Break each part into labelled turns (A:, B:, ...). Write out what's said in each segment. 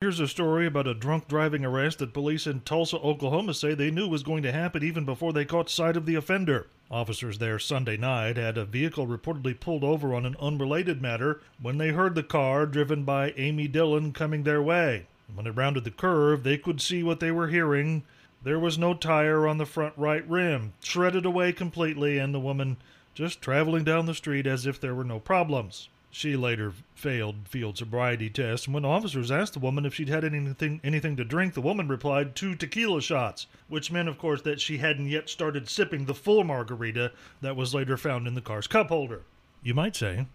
A: Here's a story about a drunk driving arrest that police in Tulsa, Oklahoma say they knew was going to happen even before they caught sight of the offender. Officers there Sunday night had a vehicle reportedly pulled over on an unrelated matter when they heard the car driven by Amy Dillon coming their way. When it rounded the curve, they could see what they were hearing. There was no tire on the front right rim, shredded away completely, and the woman just traveling down the street as if there were no problems. She later failed field sobriety tests, and when officers asked the woman if she'd had anything anything to drink, the woman replied two tequila shots, which meant, of course, that she hadn't yet started sipping the full margarita that was later found in the car's cup holder. You might say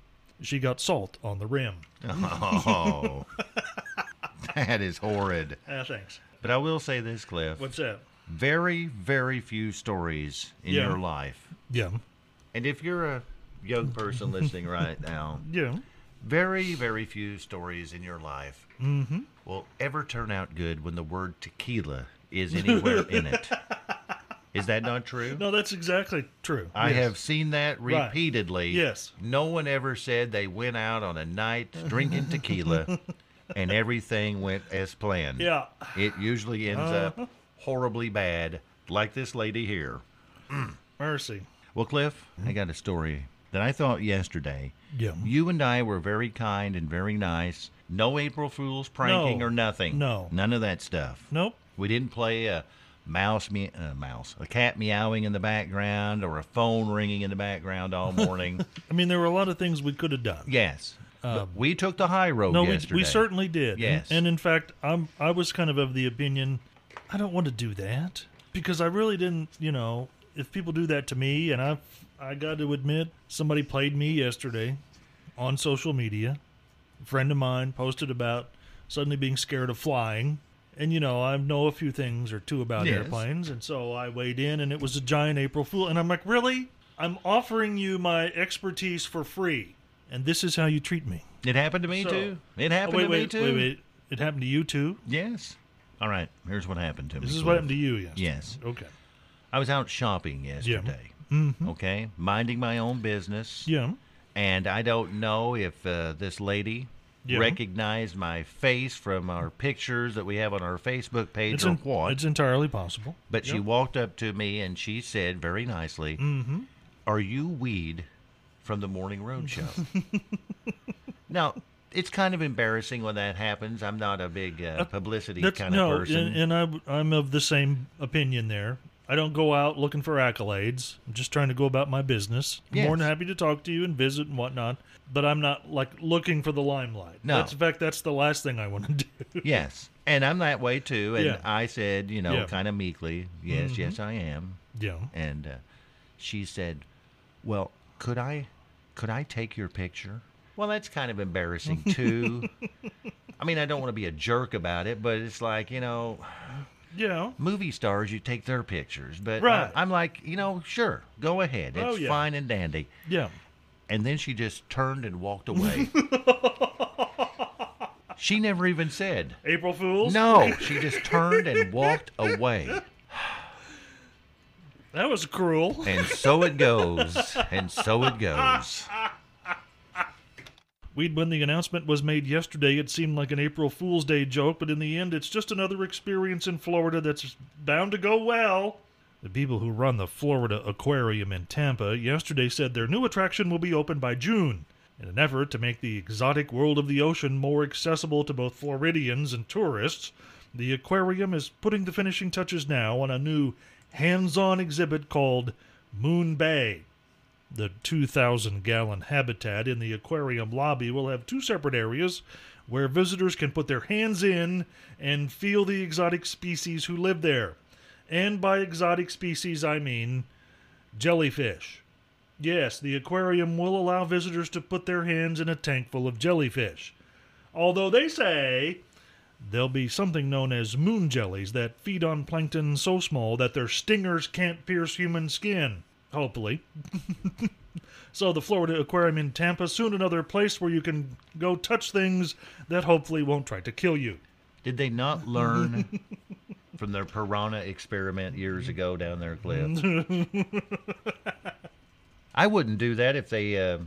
A: she got salt on the rim.
B: Oh, that is horrid.
A: Ah, thanks.
B: But I will say this, Cliff.
A: What's that?
B: Very, very few stories in
A: Yeah.
B: your life.
A: Yeah,
B: And if you're a young person listening right now,
A: yeah.
B: very, very few stories in your life will ever turn out good when the word tequila is anywhere in it. Is that not true?
A: No, that's exactly true.
B: I
A: Yes.
B: have seen that
A: Right.
B: repeatedly.
A: Yes.
B: No one ever said they went out on a night drinking tequila and everything went as planned.
A: Yeah, Uh-huh.
B: It usually ends up horribly bad, like this lady here.
A: mercy.
B: Well, Cliff, I got a story that I thought yesterday.
A: Hmm? Yeah.
B: You and I were very kind and very nice. No April Fool's pranking
A: No.
B: or nothing.
A: No.
B: None of that stuff.
A: Nope.
B: We didn't play a mouse, me- uh, mouse, a cat meowing in the background or a phone ringing in the background all morning.
A: I mean, there were a lot of things we could have done.
B: yes, but we took the high road
A: Um, No, we,
B: yesterday.
A: we certainly did.
B: Yes.
A: And, and in fact, I'm I was kind of of the opinion I don't want to do that because I really didn't, you know, if people do that to me and I I got to admit somebody played me yesterday on social media. A friend of mine posted about suddenly being scared of flying. And you know, I know a few things or two about
B: Yes.
A: airplanes, and so I weighed in and it was a giant April Fool and I'm like, "Really? I'm offering you my expertise for free, and this is how you treat me."
B: It happened to me
A: So- oh,
B: too. It happened
A: wait,
B: to
A: wait,
B: me too.
A: Wait, wait. It happened to you too?
B: Yes. All right. Here's what happened to me.
A: This is
B: Cliff.
A: what happened to you, yes.
B: Yes.
A: Okay.
B: I was out shopping yesterday. Okay, minding my own business.
A: Mm-hmm. Yeah.
B: And I don't know if uh, this lady
A: Yeah.
B: recognized my face from our pictures that we have on our Facebook page
A: It's,
B: or
A: en-
B: what.
A: it's entirely possible.
B: but she
A: yeah.
B: walked up to me and she said very nicely,
A: Mm-hmm.
B: "Are you Weed from the Morning Road Show?" now. It's kind of embarrassing when that happens. I'm not a big uh, publicity
A: That's,
B: kind
A: no,
B: of person.
A: and, and I, I'm of the same opinion there. I don't go out looking for accolades. I'm just trying to go about my business. I'm More than
B: Yes.
A: happy to talk to you and visit and whatnot, but I'm not like looking for the limelight.
B: No.
A: That's, in fact, that's the last thing I want to do.
B: Yes. And I'm that way too. And
A: Yeah.
B: I said, you know,
A: Yeah. Mm-hmm.
B: kind of meekly, yes, yes, I am.
A: yeah.
B: And uh, she said, well, could I, could I take your picture? Well, that's kind of embarrassing too. I mean, I don't want to be a jerk about it, but it's like, you know,
A: Yeah.
B: movie stars, you take their pictures. But I-
A: Right.
B: I'm like, you know, sure, go ahead. It's
A: Oh, yeah.
B: fine and dandy.
A: Yeah.
B: And then she just turned and walked away. she never even said,
A: April Fools?
B: no, she just turned and walked away.
A: That was cruel.
B: And so it goes. And so it goes.
A: We'd when the announcement was made yesterday, it seemed like an April Fool's Day joke, but in the end, it's just another experience in Florida that's bound to go well. The people who run the Florida Aquarium in Tampa yesterday said their new attraction will be open by June in an effort to make the exotic world of the ocean more accessible to both Floridians and tourists. The aquarium is putting the finishing touches now on a new hands-on exhibit called Moon Bay. The 2,000 gallon habitat in the aquarium lobby will have two separate areas where visitors can put their hands in and feel the exotic species who live there. And by exotic species, I mean jellyfish, Yes, the aquarium will allow visitors to put their hands in a tank full of jellyfish. Although they say there'll be something known as moon jellies that feed on plankton so small that their stingers can't pierce human skin. Hopefully. so, the Florida Aquarium in Tampa, soon another place where you can go touch things that hopefully won't try to kill you.
B: Did they not learn from their piranha experiment years ago down their cliff? I wouldn't do that if they uh,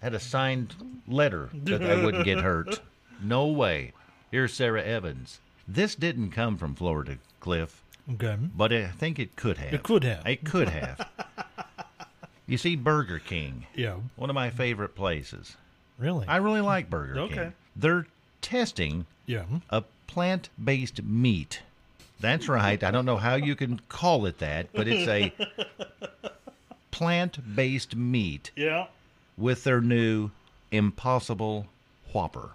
B: had a signed letter that I wouldn't get hurt. No way. Here's Sarah Evans. This didn't come from Florida Cliff,
A: Okay.
B: but I think it could have.
A: It could have.
B: It could have. you see, Burger King,
A: Yeah.
B: one of my favorite places.
A: Really?
B: I really like Burger
A: Okay.
B: King. They're testing
A: yeah.
B: a plant based meat. That's right. I don't know how you can call it that, but it's a plant based meat
A: Yeah.
B: with their new Impossible Whopper.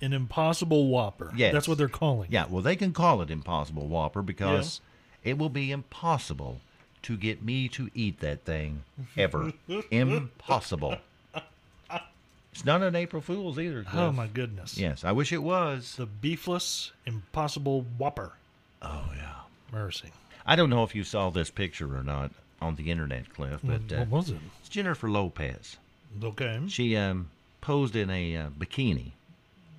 A: An impossible whopper.
B: Yes.
A: That's what they're calling. it.
B: Yeah, well, they can call it Impossible Whopper because it will be impossible to get me to eat that thing ever. impossible. It's not an April Fool's either.
A: Oh,
B: Cliff.
A: my goodness.
B: Yes, I wish it was.
A: The beefless, impossible whopper.
B: Oh, yeah.
A: Mercy.
B: I don't know if you saw this picture or not on the internet, Cliff, but uh,
A: Mm, what was it?
B: it's Jennifer Lopez.
A: Okay.
B: She um, posed in a uh, bikini,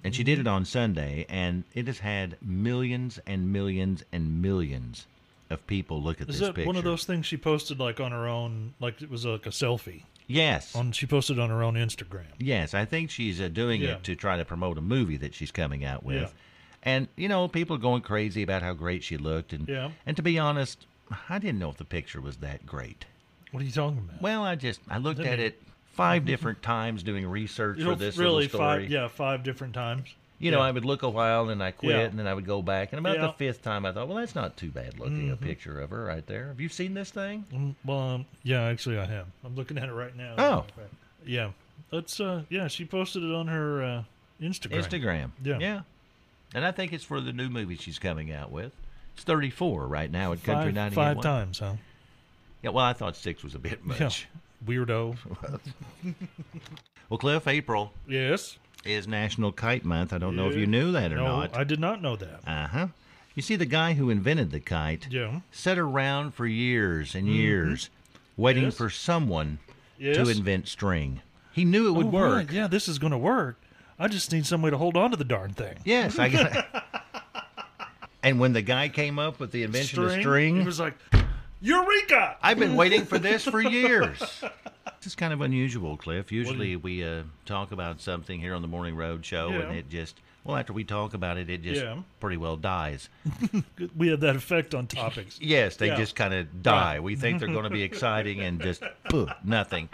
B: and she did it
A: Mm-hmm.
B: on Sunday, and it has had millions and millions and millions of people look at
A: Is
B: this
A: that
B: picture.
A: one of those things she posted like on her own? Like it was like a selfie.
B: Yes.
A: On she posted on her own Instagram.
B: Yes, I think she's uh, doing
A: Yeah.
B: it to try to promote a movie that she's coming out with.
A: Yeah.
B: And you know, people are going crazy about how great she looked and
A: Yeah.
B: and to be honest, I didn't know if the picture was that great.
A: What are you talking about?
B: Well, I just I looked
A: Didn't
B: at
A: it? Mm-hmm.
B: it five different times doing research
A: you
B: for
A: know,
B: this
A: really
B: little story.
A: five? Yeah, five different times.
B: You know,
A: yeah.
B: I would look a while and I quit,
A: Yeah.
B: and then I would go back. And about
A: Yeah. Mm-hmm.
B: the fifth time, I thought, well, that's not too bad looking a picture of her right there. Have you seen this thing?
A: Mm, Well, um, yeah, actually, I have. I'm looking at it right now.
B: Oh.
A: Yeah. That's uh. Yeah, she posted it on her uh, Instagram.
B: Instagram.
A: Yeah.
B: Yeah. And I think it's for the new movie she's coming out with. It's 34 right now at Country
A: Five,
B: 91.
A: five times, huh?
B: Yeah, well, I thought six was a bit much.
A: Yeah. Weirdo.
B: Well, Cliff, April
A: yes.
B: is National Kite Month. I don't know if
A: Yeah.
B: you knew that or
A: no,
B: not.
A: I did not know that.
B: Uh huh. You see, the guy who invented the kite
A: Yeah.
B: sat around for years and years waiting
A: Mm-hmm. Yes.
B: for someone
A: Yes.
B: to invent string. He knew it would
A: Oh,
B: work.
A: right. Yeah, this is going to work. I just need some way to hold on to the darn thing.
B: Yes, I got it. And when the guy came up with the invention of string,
A: He was like, Eureka!
B: I've been waiting for this for years. This is kind of unusual, Cliff. Usually we uh, talk about something here on the Morning Road show,
A: Yeah.
B: and it just, well, after we talk about it, it just
A: Yeah.
B: pretty well dies.
A: We have that effect on topics.
B: Yes, they
A: Yeah.
B: just kind of die. We think they're going to be exciting and just poof, nothing.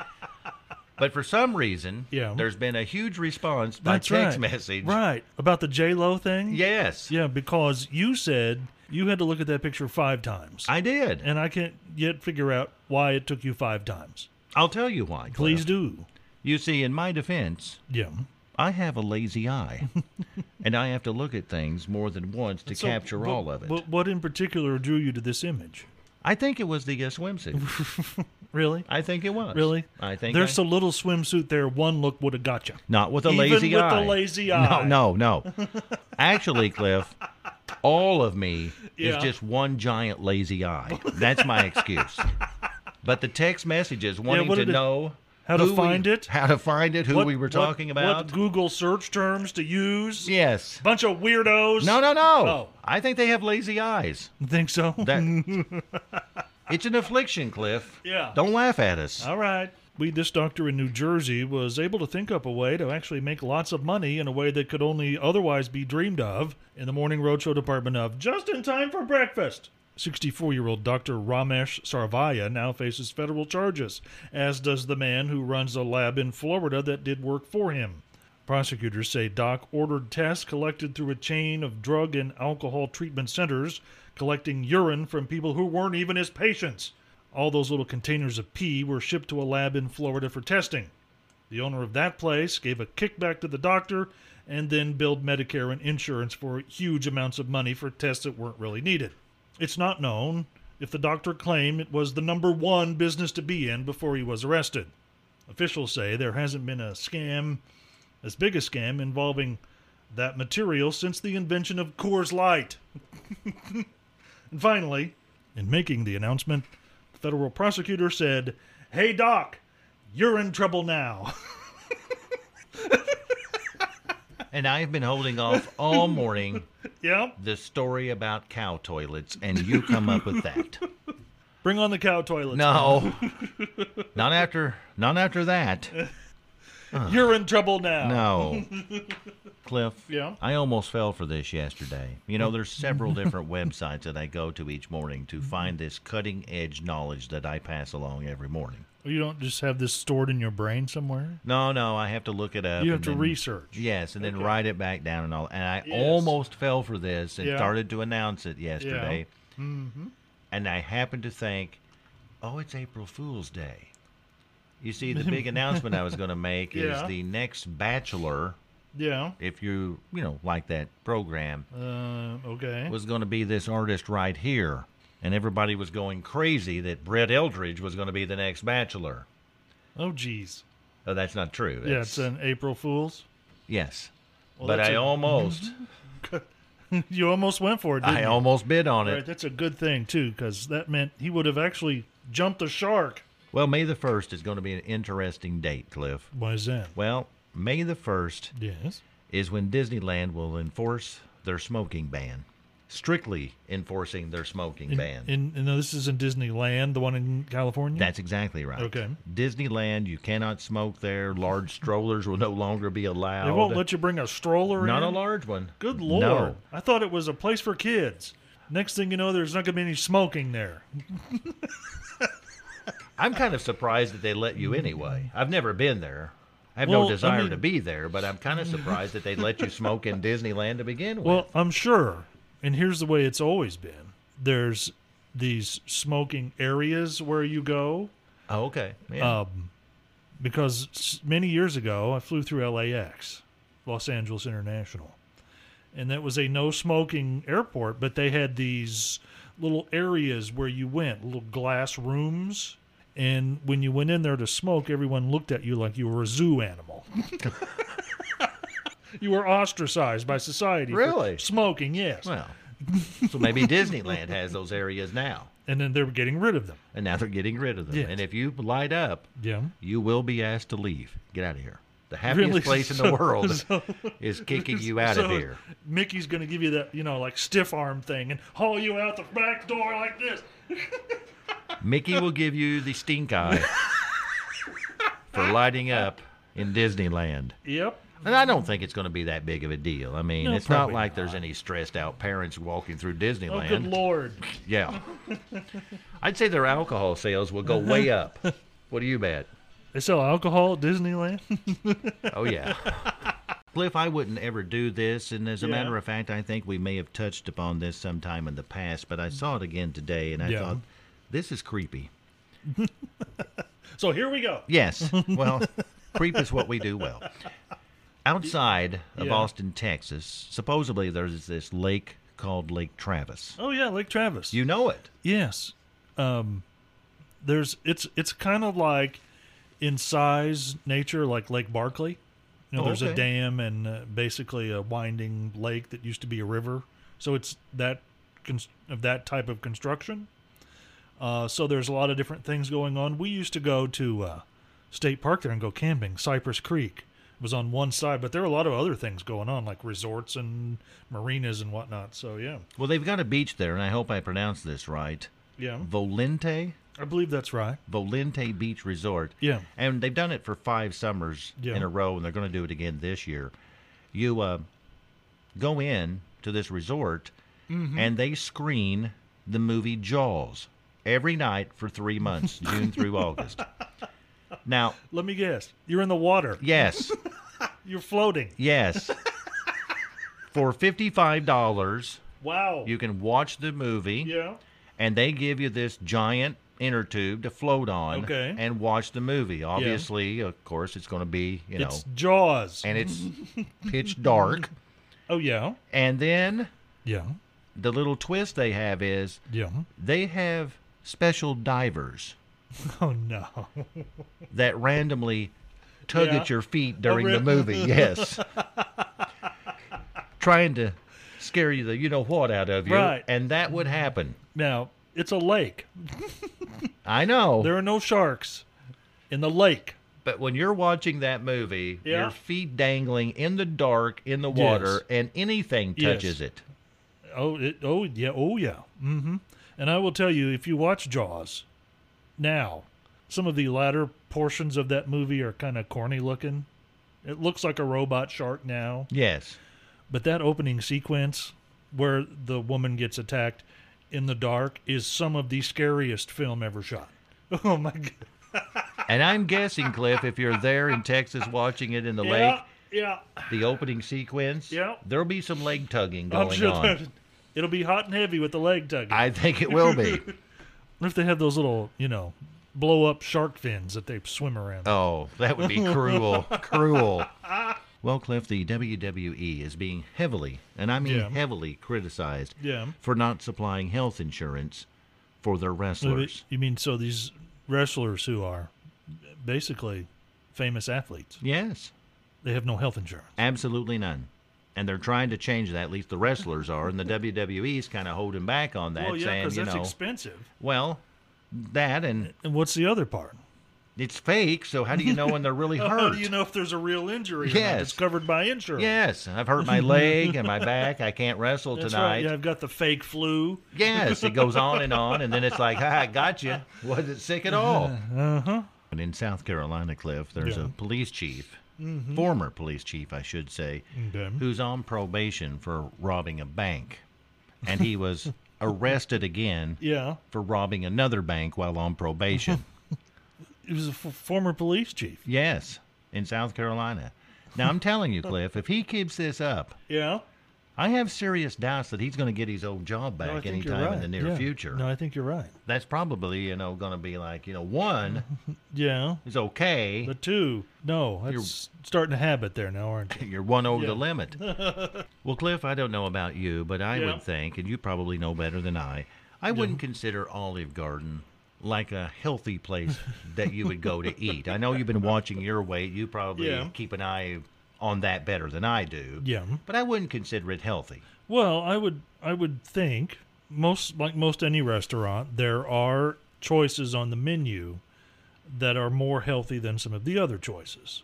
B: But for some reason,
A: Yeah.
B: there's been a huge response by
A: That's
B: text
A: right.
B: message.
A: Right. About the J Lo thing?
B: Yes,
A: Yeah, because you said you had to look at that picture five times.
B: I did.
A: and I can't yet figure out why it took you five times.
B: I'll tell you why. Cliff.
A: Please do.
B: You see, in my defense,
A: Yeah.
B: I have a lazy eye, and I have to look at things more than once to
A: So,
B: capture
A: what-
B: all of it.
A: What, what in particular drew you to this image?
B: I think it was the uh, swimsuit.
A: Really?
B: I think it was.
A: Really?
B: I think
A: There's
B: I,
A: a little swimsuit there. One look would have got you.
B: not with a
A: even
B: lazy
A: with
B: eye.
A: a lazy eye.
B: No, no, no. Actually, Cliff, all of me
A: Yeah.
B: is just one giant lazy eye. That's my excuse. But the text messages wanting
A: what
B: to
A: did it-
B: know
A: how to
B: who we-
A: find it?
B: how to find it, who we were talking about.
A: What Google search terms to use?
B: yes.
A: Bunch of weirdos.
B: No, no, no.
A: Oh.
B: I think they have lazy eyes.
A: Think so?
B: That it's an affliction, Cliff.
A: Yeah.
B: Don't laugh at us.
A: All right. We, this doctor in New Jersey, was able to think up a way to actually make lots of money in a way that could only otherwise be dreamed of in the Morning Roadshow department of Just in Time for Breakfast. 64 year old Dr. Ramesh Sarvaya now faces federal charges, as does the man who runs a lab in Florida that did work for him. Prosecutors say Doc ordered tests collected through a chain of drug and alcohol treatment centers, collecting urine from people who weren't even his patients. All those little containers of pee were shipped to a lab in Florida for testing. The owner of that place gave a kickback to the doctor and then billed Medicare and insurance for huge amounts of money for tests that weren't really needed. It's not known if the doctor claimed it was the number one business to be in before he was arrested. Officials say there hasn't been a scam as big a scam involving that material since the invention of Coors Light. and finally, in making the announcement, the federal prosecutor said, Hey, Doc, you're in trouble now.
B: And I've been holding off all morning
A: yep.
B: the story about cow toilets, and you come up with that.
A: Bring on the cow toilets.
B: No, not after, not after that.
A: You're in trouble now.
B: No, Cliff.
A: Yeah?
B: I almost fell for this yesterday. You know, there's several different websites that I go to each morning to find this cutting edge knowledge that I pass along every morning.
A: You don't just have this stored in your brain somewhere?
B: No, no, I have to look it up.
A: You have
B: and
A: to
B: then-
A: research.
B: Yes, and then
A: Okay.
B: write it back down and all. And I
A: Yes.
B: almost fell for this and
A: Yeah.
B: started to announce it yesterday. Mm-hmm. And I happened to think, oh, it's April Fool's Day. You see, the big announcement I was going to make
A: Yeah.
B: is the next Bachelor,
A: Yeah.
B: if you you know like that program,
A: Uh, okay.
B: was going to be this artist right here. And everybody was going crazy that Brett Eldridge was going to be the next Bachelor.
A: oh, geez.
B: Oh, that's not true.
A: Yeah, it's an April Fool's.
B: yes.
A: Well,
B: but
A: that's
B: I
A: a-
B: almost.
A: you almost went for it, didn't
B: I
A: you?
B: almost bid on it.
A: Right, that's a good thing too, because that meant he would have actually jumped the shark.
B: Well, May the 1st is going to be an interesting date, Cliff.
A: Why is that?
B: Well, May the 1st
A: Yes.
B: is when Disneyland will enforce their smoking ban, strictly enforcing their smoking ban.
A: In, in, no, this is in Disneyland, the one in California.
B: That's exactly right.
A: Okay.
B: Disneyland, you cannot smoke there. Large strollers will no longer be allowed.
A: they won't let you bring a stroller
B: Not
A: in.
B: a large one.
A: Good
B: No.
A: lord! I thought it was a place for kids. Next thing you know, there's not going to be any smoking there.
B: I'm kind of surprised that they let you anyway. I've never been there. I have
A: Well,
B: no
A: I
B: desire
A: mean-
B: to be there, but I'm kind of surprised that they let you smoke in Disneyland to begin with.
A: Well, I'm sure. And here's the way it's always been. There's these smoking areas where you go,
B: oh, okay. Yeah.
A: um, because s- many years ago I flew through LAX, Los Angeles International, and that was a no smoking airport. But they had these little areas where you went, little glass rooms, and when you went in there to smoke, everyone looked at you like you were a zoo animal. you were ostracized by society. for
B: Really?
A: smoking, yes.
B: Well, so maybe Disneyland has those areas now,
A: And then they were getting rid of them.
B: and now they're getting rid of them.
A: Yes.
B: And if you light up,
A: Yeah.
B: you will be asked to leave. Get out of here. The happiest
A: Really?
B: place in
A: So-
B: the world
A: so-
B: is kicking you out of
A: So,
B: here.
A: Mickey's going to give you that, you know, like stiff arm thing and haul you out the back door like this.
B: Mickey will give you the stink eye for lighting up in Disneyland.
A: Yep.
B: And I don't think it's going to be that big of a deal. I mean,
A: No,
B: it's not
A: probably
B: like there's any stressed out parents walking through
A: Oh,
B: Disneyland.
A: good lord.
B: Yeah. I'd say their alcohol sales will go way up. What do you bet?
A: They sell alcohol at Disneyland?
B: Oh yeah. Cliff, I wouldn't ever do this, and as a
A: Yeah.
B: matter of fact, I think we may have touched upon this sometime in the past, but I saw it again today, and I
A: Yeah.
B: thought, this is creepy.
A: so here we go.
B: Yes, well, creep is what we do well. Outside of
A: Yeah.
B: Austin, Texas, supposedly there's this lake called Lake Travis.
A: Oh yeah, Lake Travis.
B: You know it.
A: yes. Um there's it's it's kind of like in size nature like Lake Barkley. You know,
B: Oh,
A: there's a
B: okay.
A: dam and uh, basically a winding lake that used to be a river. So it's that cons- of that type of construction. Uh, so there's a lot of different things going on. We used to go to uh, state park there and go camping. Cypress Creek was on one side, but there were a lot of other things going on, like resorts and marinas and whatnot. So yeah,
B: Well, they've got a beach there, and I hope I pronounced this right.
A: yeah,
B: Volente?
A: I believe that's right.
B: Volente Beach Resort.
A: Yeah.
B: And they've done it for five summers
A: Yeah.
B: in a row, and they're going to do it again this year. You uh, go in to this resort,
A: Mm-hmm.
B: and they screen the movie Jaws every night for three months, June through August. Now,
A: Let me guess, you're in the water.
B: yes,
A: You're floating.
B: yes. For $55,
A: Wow.
B: you can watch the movie.
A: yeah.
B: and they give you this giant inner tube to float on
A: Okay.
B: and watch the movie. Obviously, of course, it's going to be, you know,
A: It's Jaws.
B: and it's pitch dark.
A: oh yeah.
B: And then
A: Yeah.
B: the little twist they have is
A: Yeah.
B: they have special divers
A: Oh no.
B: that randomly tug
A: Yeah. Oh,
B: at your feet during
A: re-
B: the movie. Yes. Trying to scare you the you know what out of you.
A: Right.
B: And that would happen.
A: Now it's a lake.
B: I know.
A: There are no sharks in the lake.
B: but when you're watching that movie,
A: Yeah.
B: your feet dangling in the dark, in the water, and anything
A: Yes.
B: touches it.
A: Oh, it, oh yeah, oh yeah. Mm-hmm. And I will tell you, if you watch Jaws, now some of the latter portions of that movie are kind of corny looking. It looks like a robot shark now,
B: Yes.
A: but that opening sequence where the woman gets attacked in the dark is some of the scariest film ever shot. Oh my god!
B: And I'm guessing, Cliff, if you're there in Texas watching it in the lake,
A: Yeah, yeah.
B: the opening sequence,
A: Yeah.
B: there'll be some leg tugging
A: I'm
B: going
A: sure
B: on.
A: that- it'll be hot and heavy with the leg tugging.
B: I think it will be.
A: What if they have those little, you know, blow up shark fins that they swim around?
B: Oh, that would be cruel. cruel. Well, Cliff, the WWE is being heavily, and I mean
A: Yeah.
B: heavily, criticized
A: Yeah.
B: for not supplying health insurance for their
A: So the-
B: wrestlers.
A: You mean so these wrestlers who are basically famous athletes,
B: Yes,
A: they have no health insurance.
B: absolutely none. And they're trying to change that, at least the wrestlers are, and the WWE is kind of holding back on that,
A: well, yeah,
B: saying,
A: because
B: you
A: that's
B: know,
A: expensive.
B: well, that and
A: And what's the other part?
B: it's fake, so how do you know when they're really hurt?
A: How do Oh, you know if there's a real injury? or not
B: Yes.
A: that's covered by insurance.
B: Yes, I've hurt my leg and my back. I can't wrestle
A: that's
B: tonight.
A: right. Yeah, I've got the fake flu.
B: Yes, it goes on and on, and then it's like, ha, I got you. Wasn't sick at all. Uh-huh. And in South Carolina, Cliff, there's
A: Yeah. Mm-hmm.
B: a police chief, former police chief, I should say,
A: Okay.
B: who's on probation for robbing a bank, and he was arrested again
A: Yeah,
B: for robbing another bank while on probation.
A: he was a f- former police chief.
B: yes, in South Carolina. Now I'm telling you, Cliff, if he keeps this up,
A: Yeah,
B: I have serious doubts that he's going to get his old job
A: No, I
B: back
A: think you're
B: anytime in
A: right.
B: the near
A: Yeah.
B: future.
A: No, I think you're right.
B: That's probably, you know, going to be like, you know, one,
A: Yeah,
B: It's okay.
A: the two. No, that's starting a habit there now, aren't you?
B: You're one over
A: Yeah.
B: the limit. well, Cliff, I don't know about you, but I
A: Yeah.
B: would think, and you probably know better than I, I wouldn't consider Olive Garden like a healthy place that you would go to eat. I know you've been watching your weight. You probably
A: Yeah.
B: keep an eye on that better than I do.
A: Yeah.
B: But I wouldn't consider it healthy.
A: Well, I would I would think most like most any restaurant, there are choices on the menu that are more healthy than some of the other choices.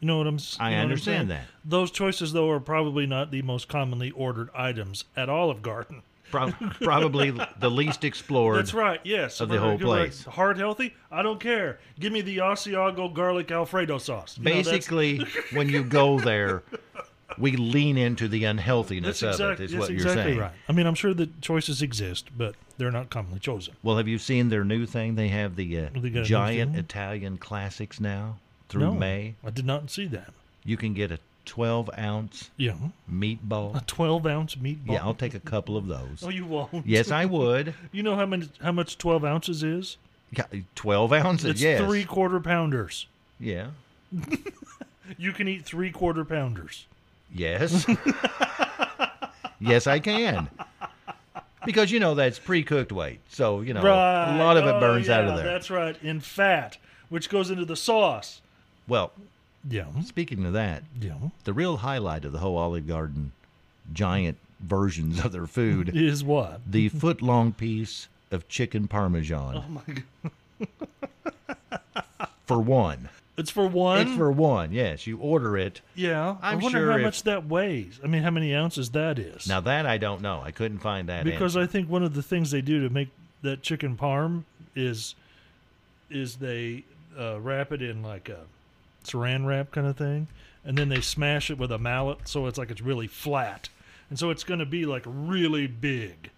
A: You know what I'm s-
B: I
A: you know what I'm
B: understand
A: saying?
B: that.
A: Those choices though are probably not the most commonly ordered items at Olive Garden.
B: Prob- probably the least explored.
A: That's right. Yes.
B: Of the
A: We're
B: whole
A: gonna go
B: place.
A: like, Hard healthy? I don't care. Give me the Asiago garlic alfredo sauce. You know, that's-
B: Basically, when you go there, we lean into the unhealthiness
A: that's, exact-
B: of it, is
A: that's
B: what
A: exactly
B: you're saying.
A: right. I mean, I'm sure that choices exist, but they're not commonly chosen.
B: Well, have you seen their new thing? They have the uh,
A: They got a new
B: giant
A: thing?
B: Italian classics now through
A: no,
B: May.
A: I did not see that.
B: You can get a 12 ounce
A: Yeah. A Oh,
B: meatball.
A: 12 ounce meatball.
B: Yeah, I'll take a couple of those.
A: no, you won't.
B: Yes, I would.
A: You know how many how much 12 ounces is?
B: Yeah, 12 ounces,
A: It's
B: yes.
A: three quarter pounders.
B: Yeah.
A: You can eat three quarter pounders.
B: Yes. yes, I can. Because, you know, that's pre cooked weight. So, you know, a lot of
A: Oh,
B: it burns out
A: yeah,
B: of there.
A: That's right. In fat, which goes into the sauce.
B: Well,
A: Yeah.
B: speaking of that,
A: Yeah.
B: the real highlight of the whole Olive Garden giant versions of their food
A: Is what?
B: the foot long piece of chicken parmesan. Oh my god. for one.
A: It's for one.
B: It's for one. Yes, you order it.
A: yeah. i
B: I'm
A: wonder
B: sure
A: how
B: if-
A: much that weighs. I mean, how many ounces that is.
B: Now that I don't know. I couldn't find that
A: because
B: answer.
A: I think one of the things they do to make that chicken parm is is they uh, wrap it in like a saran wrap kind of thing, and then they smash it with a mallet so it's like it's really flat, and so it's going to be like really big.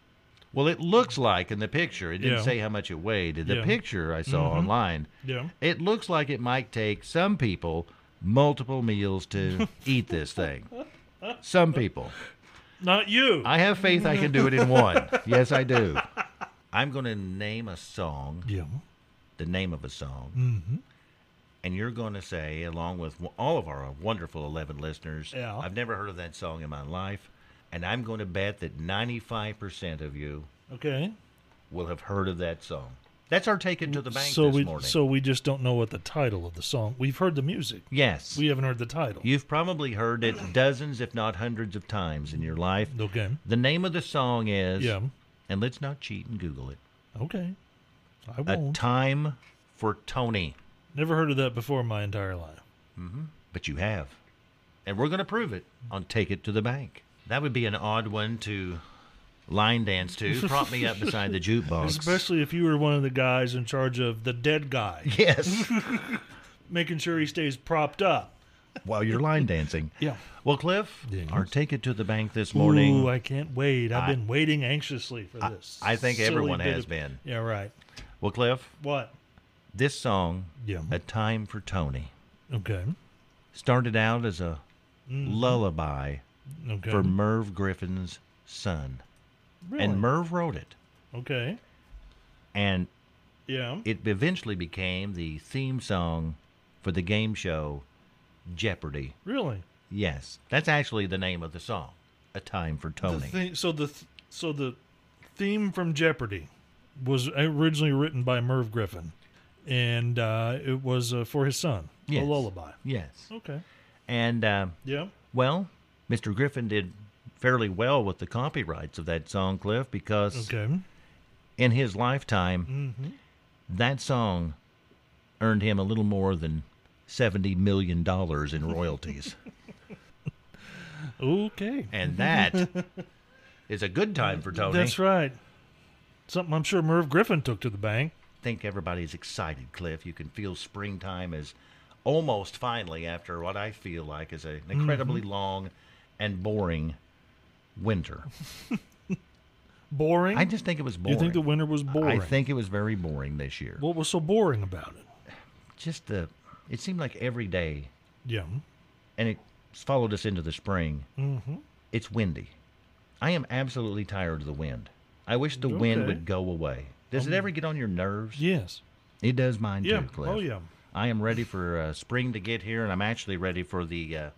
B: Well, it looks like in the picture. It didn't
A: Yeah.
B: say how much it weighed. In the
A: Yeah. Mm-hmm.
B: picture I saw online,
A: Yeah,
B: it looks like it might take some people multiple meals to eat this thing. Some people.
A: not you.
B: I have faith I can do it in one. Yes, I do. I'm going to name a song
A: yeah,
B: the name of a song, mm-hmm. and you're going to say, along with w- all of our wonderful 11 listeners,
A: Yeah.
B: I've never heard of that song in my life. And I'm going to bet that 95% of you
A: Okay.
B: will have heard of that song. That's our take it to the bank
A: So
B: this
A: we
B: morning.
A: so we just don't know what the title of the song. We've heard the music.
B: yes.
A: We haven't heard the title.
B: You've probably heard it dozens, if not hundreds of times in your life.
A: Okay.
B: The name of the song is,
A: Yeah.
B: and let's not cheat and Google it,
A: Okay. I
B: A
A: won't.
B: Time for Tony.
A: Never heard of that before in my entire life.
B: But you have. And we're going to prove it on Take It to the Bank. That would be an odd one to line dance to. Prop me up beside the jukebox.
A: Especially if you were one of the guys in charge of the dead guy,
B: yes,
A: making sure he stays propped up.
B: while you're line dancing.
A: Yeah.
B: Well, Cliff,
A: Yes.
B: our Take It to the Bank this morning.
A: Ooh, I can't wait. I've been waiting anxiously for this.
B: I think
A: silly
B: everyone
A: bit
B: has been.
A: Yeah, right.
B: Well, Cliff,
A: What?
B: this song,
A: Yeah.
B: A Time for Tony,
A: Okay.
B: started out as a
A: Mm-hmm.
B: lullaby
A: Okay.
B: for Merv Griffin's son.
A: Mm-hmm. Really?
B: And Merv wrote it.
A: okay.
B: And
A: Yeah.
B: it eventually became the theme song for the game show Jeopardy.
A: Really.
B: Yes, that's actually the name of the song, A Time for
A: The
B: Tony.
A: thi- so the th- so the theme from Jeopardy was originally written by Merv Griffin, and uh, it was uh, for his son,
B: Yes.
A: a lullaby.
B: yes.
A: Okay.
B: And, uh,
A: Yeah.
B: well, Mr. Griffin did fairly well with the copyrights of that song, Cliff, because
A: Okay.
B: in his lifetime,
A: Mm-hmm.
B: that song earned him a little more than $70 million in royalties.
A: Okay.
B: and that is a good time for Tony.
A: That's right. Something I'm sure Merv Griffin took to the bank.
B: think everybody's excited, Cliff. You can feel springtime is almost finally after what I feel like is an incredibly
A: Mm-hmm.
B: long and boring winter.
A: Boring.
B: I just think it was boring.
A: You think the winter was boring?
B: I think it was very boring this year.
A: What was so boring about it?
B: just the it seemed like every day
A: Yeah.
B: and it followed us into the spring. Mm-hmm. It's windy. I am absolutely tired of the wind. I wish the wind
A: Okay.
B: would go away. Does it ever get on your nerves?
A: Yes.
B: It does mine
A: Yeah.
B: too, Cliff.
A: Oh yeah.
B: I am ready for uh, spring to get here, and I'm actually ready for the uh,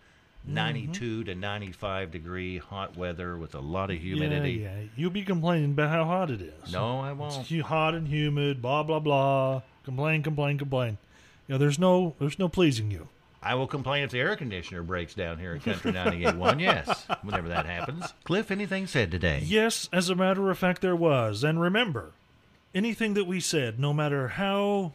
B: 92 to 95 degree hot weather with a lot of humidity.
A: Yeah, yeah. You'll be complaining about how hot it is.
B: No, I
A: It's
B: won't.
A: hu- hot and humid, blah blah blah. Complain, complain, complain. You know, there's no there's no pleasing you.
B: I will complain if the air conditioner breaks down here at Country 98.1. Yes, whenever that happens. Cliff, anything said today?
A: Yes, as a matter of fact there was. And remember, anything that we said, no matter how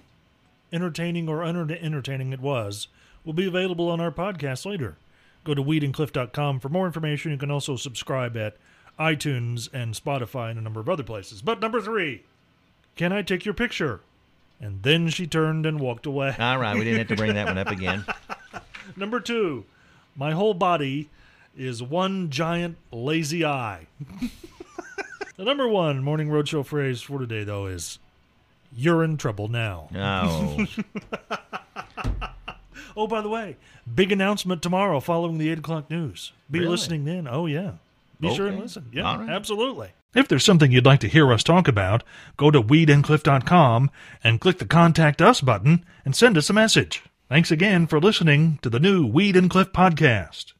A: entertaining or unenter- entertaining it was, will be available on our podcast later. Go to weedandcliff.com for more information. You can also subscribe at iTunes and Spotify and a number of other places. But number 3, can I take your picture? And then she turned and walked away.
B: All right, we didn't have to bring that one up again.
A: Number two, my whole body is one giant lazy eye. the number one morning roadshow phrase for today, though, is you're in trouble now.
B: Oh,
A: Oh, by the way, big announcement tomorrow following the 8 o'clock news. Be
B: Really?
A: listening then. Oh, yeah. Be sure and
B: Okay.
A: listen. Yeah,
B: All right.
A: absolutely. If there's something you'd like to hear us talk about, go to weedandcliff.com and click the Contact Us button and send us a message. Thanks again for listening to the new Weed and Cliff podcast.